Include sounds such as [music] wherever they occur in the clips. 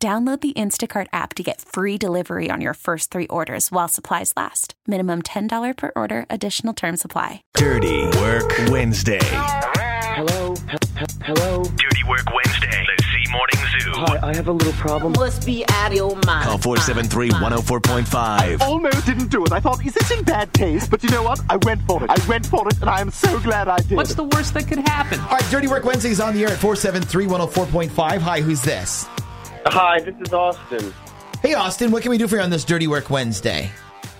Download the Instacart app to get free delivery on your first three orders while supplies last. Minimum $10 per order, additional term supply. Dirty Work Wednesday. Hello, he- he- hello. Dirty Work Wednesday. The Z Morning Zoo. Hi, I have a little problem. Must be out of your mind. Call 473 104.5. almost didn't do Oh, it. I thought, is this in bad taste? But you know what? I went for it. I went for it, and I am so glad I did. What's the worst that could happen? All right, Dirty Work Wednesday is on the air at 473 104.5. Hi, who's this? Hi, this is Austin. Hey, Austin, what can we do for you on this Dirty Work Wednesday?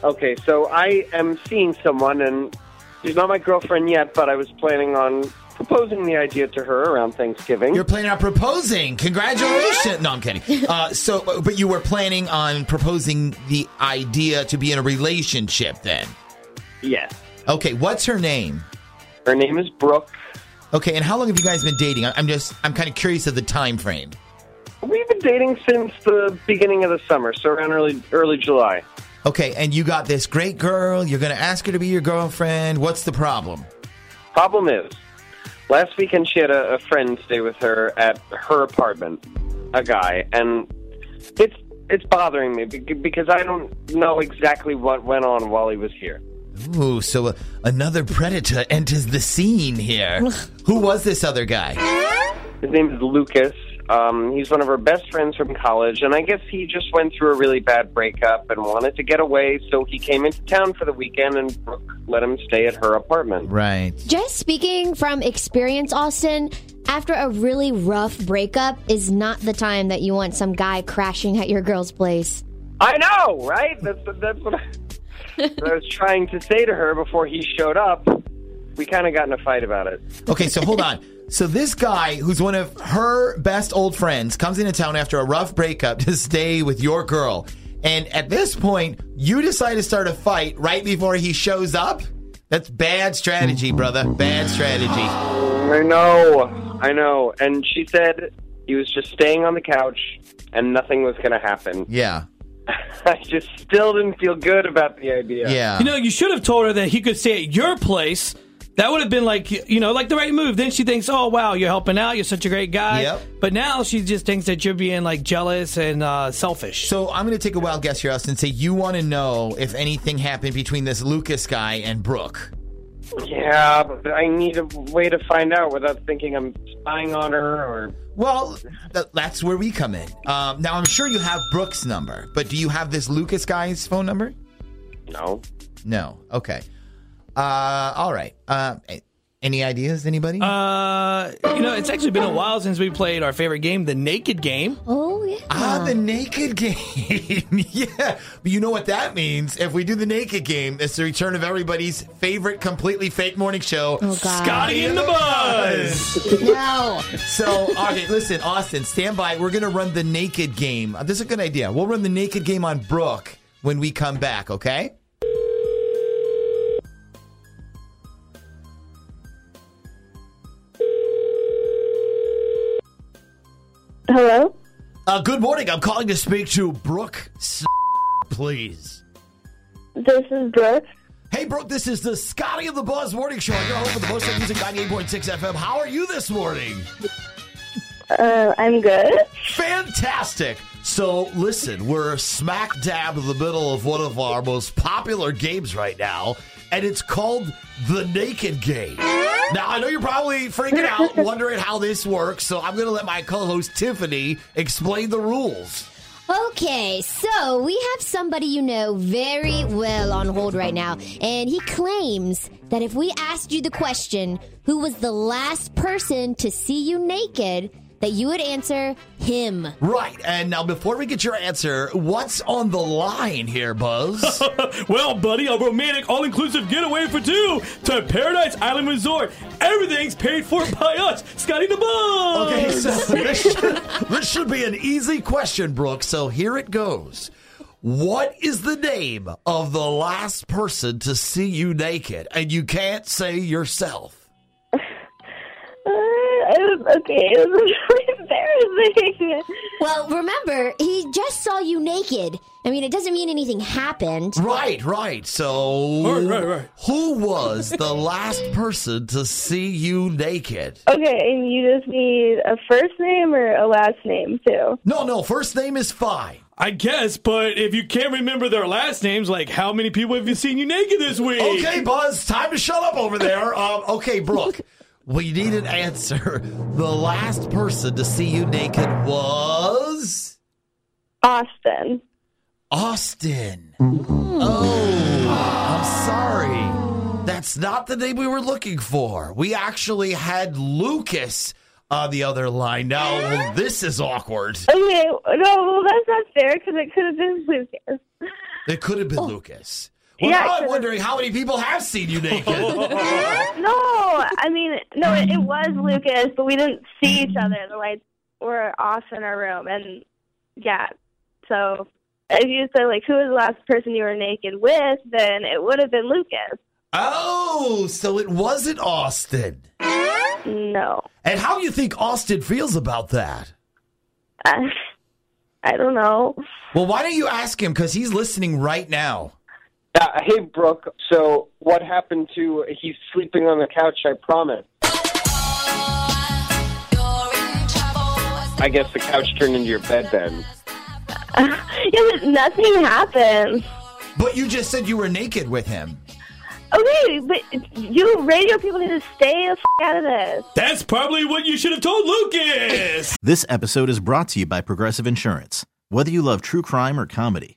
Okay, so I am seeing someone, and she's not my girlfriend yet, but I was planning on proposing the idea to her around Thanksgiving. You're planning on proposing. Congratulations. No, I'm kidding. [laughs] Uh, so, but you were planning on proposing the idea to be in a relationship then. yes. Okay, what's her name? Her name is Brooke. Okay, and how long have you guys been dating? I- I'm just, I'm kind of curious of the time frame. We've been dating since the beginning of the summer, so around early early July. Okay, and you got this great girl. You're going to ask her to be your girlfriend. What's the problem? Problem is, last weekend she had a, a friend stay with her at her apartment, a guy, and it's it's bothering me be- because I don't know exactly what went on while he was here. Ooh, so uh, another predator enters the scene [laughs] here. Who was this other guy? His name is Lucas. Um, he's one of her best friends from college, and I guess he just went through a really bad breakup and wanted to get away, so he came into town for the weekend, and Brooke let him stay at her apartment. Right. Just speaking from experience, Austin, after a really rough breakup is not the time that you want some guy crashing at your girl's place. I know, right? That's that's what I, [laughs] what I was trying to say to her before he showed up. We kind of got in a fight about it. Okay, so hold on. So this guy, who's one of her best old friends, comes into town after a rough breakup to stay with your girl. And at this point, you decide to start a fight right before he shows up? That's bad strategy, brother. Bad strategy. I know, I know. And she said he was just staying on the couch, and nothing was going to happen. [laughs] Yeah. I just still didn't feel good about the idea. Yeah. You know, you should have told her that he could stay at your place. That would have been like, you know, like the right move. Then she thinks, oh, wow, you're helping out. You're such a great guy. Yep. But now she just thinks that you're being like jealous and uh, selfish. so I'm going to take a wild guess here, Austin, and say you want to know if anything happened between this Lucas guy and Brooke. Yeah, but I need a way to find out without thinking I'm spying on her or. Well, th- that's where we come in. Um, now, I'm sure you have Brooke's number, but do you have this Lucas guy's phone number? No. No. Okay. Uh, all right. Uh, a- any ideas, anybody? Uh, you know, it's actually been a while since we played our favorite game, the naked game. Oh, yeah. ah, the naked game. [laughs] yeah. But you know what that means? If we do the naked game, it's the return of everybody's favorite completely fake morning show. Oh, God. Scotty and the Buzz. No. So, okay, listen, Austin, stand by. We're going to run the naked game. Uh, This is a good idea. We'll run the naked game on Brooke when we come back, okay? Hello? Uh, good morning. I'm calling to speak to Brooke, S- please. This is Brooke. Hey, Brooke, this is the Scotty of the Buzz Morning Show. I'm your host for the Buzz Music 98.6 FM. How are you this morning? Uh, I'm good. Fantastic. So, listen, we're smack dab in the middle of one of our most popular games right now, and it's called The Naked Game. Now, I know you're probably freaking out, wondering [laughs] how this works, so I'm going to let my co host Tiffany explain the rules. Okay, so we have somebody you know very well on hold right now, and he claims that if we asked you the question, who was the last person to see you naked, that you would answer him. Uh, Right. And now, before we get your answer, what's on the line here, Buzz? [laughs] well, buddy, a romantic, all inclusive getaway for two to Paradise Island Resort. Everything's paid for by us, Scotty the Buzz. Okay, so this should, this should be an easy question, Brooke. So here it goes. What is the name of the last person to see you naked? And you can't say yourself. Uh, it was, okay, it was [laughs] really embarrassing. Well, remember, he just saw you naked. I mean, it doesn't mean anything happened. Right, right. So, Right, right, right. who was the last person to see you naked? Okay, and you just need a first name or a last name too. No, no, first name is fine. I guess, but if you can't remember their last names, like how many people have you seen you naked this week? Okay, Buzz, time to shut up over there. Um, okay, Brooke, we need an answer. The last person to see you naked was Austin. Austin. Oh, I'm sorry. That's not the name we were looking for. We actually had Lucas on the other line. Now, well, this is awkward. Okay, no, well that's not fair because it could have been Lucas. Oh. It could have been Lucas. Well, Yeah, it now could I'm have- wondering how many people have seen you naked. No, I mean, no, it, it was Lucas, but we didn't see each other. The lights were off in our room, and yeah, so if you said like who was the last person you were naked with, then it would have been Lucas. oh, so it wasn't Austin. No, [laughs] And how do you think Austin feels about that? I, I don't know. [laughs] Well, why don't you ask him? Because he's listening right now. Uh, hey, Brooke. So, what happened to he's sleeping on the couch? I promise. I guess the couch turned into your bed then. yeah, but nothing happened. But you just said you were naked with him. Okay, but you radio people need to stay the f- out of this. That's probably what you should have told Lucas. This episode is brought to you by Progressive Insurance. Whether you love true crime or comedy,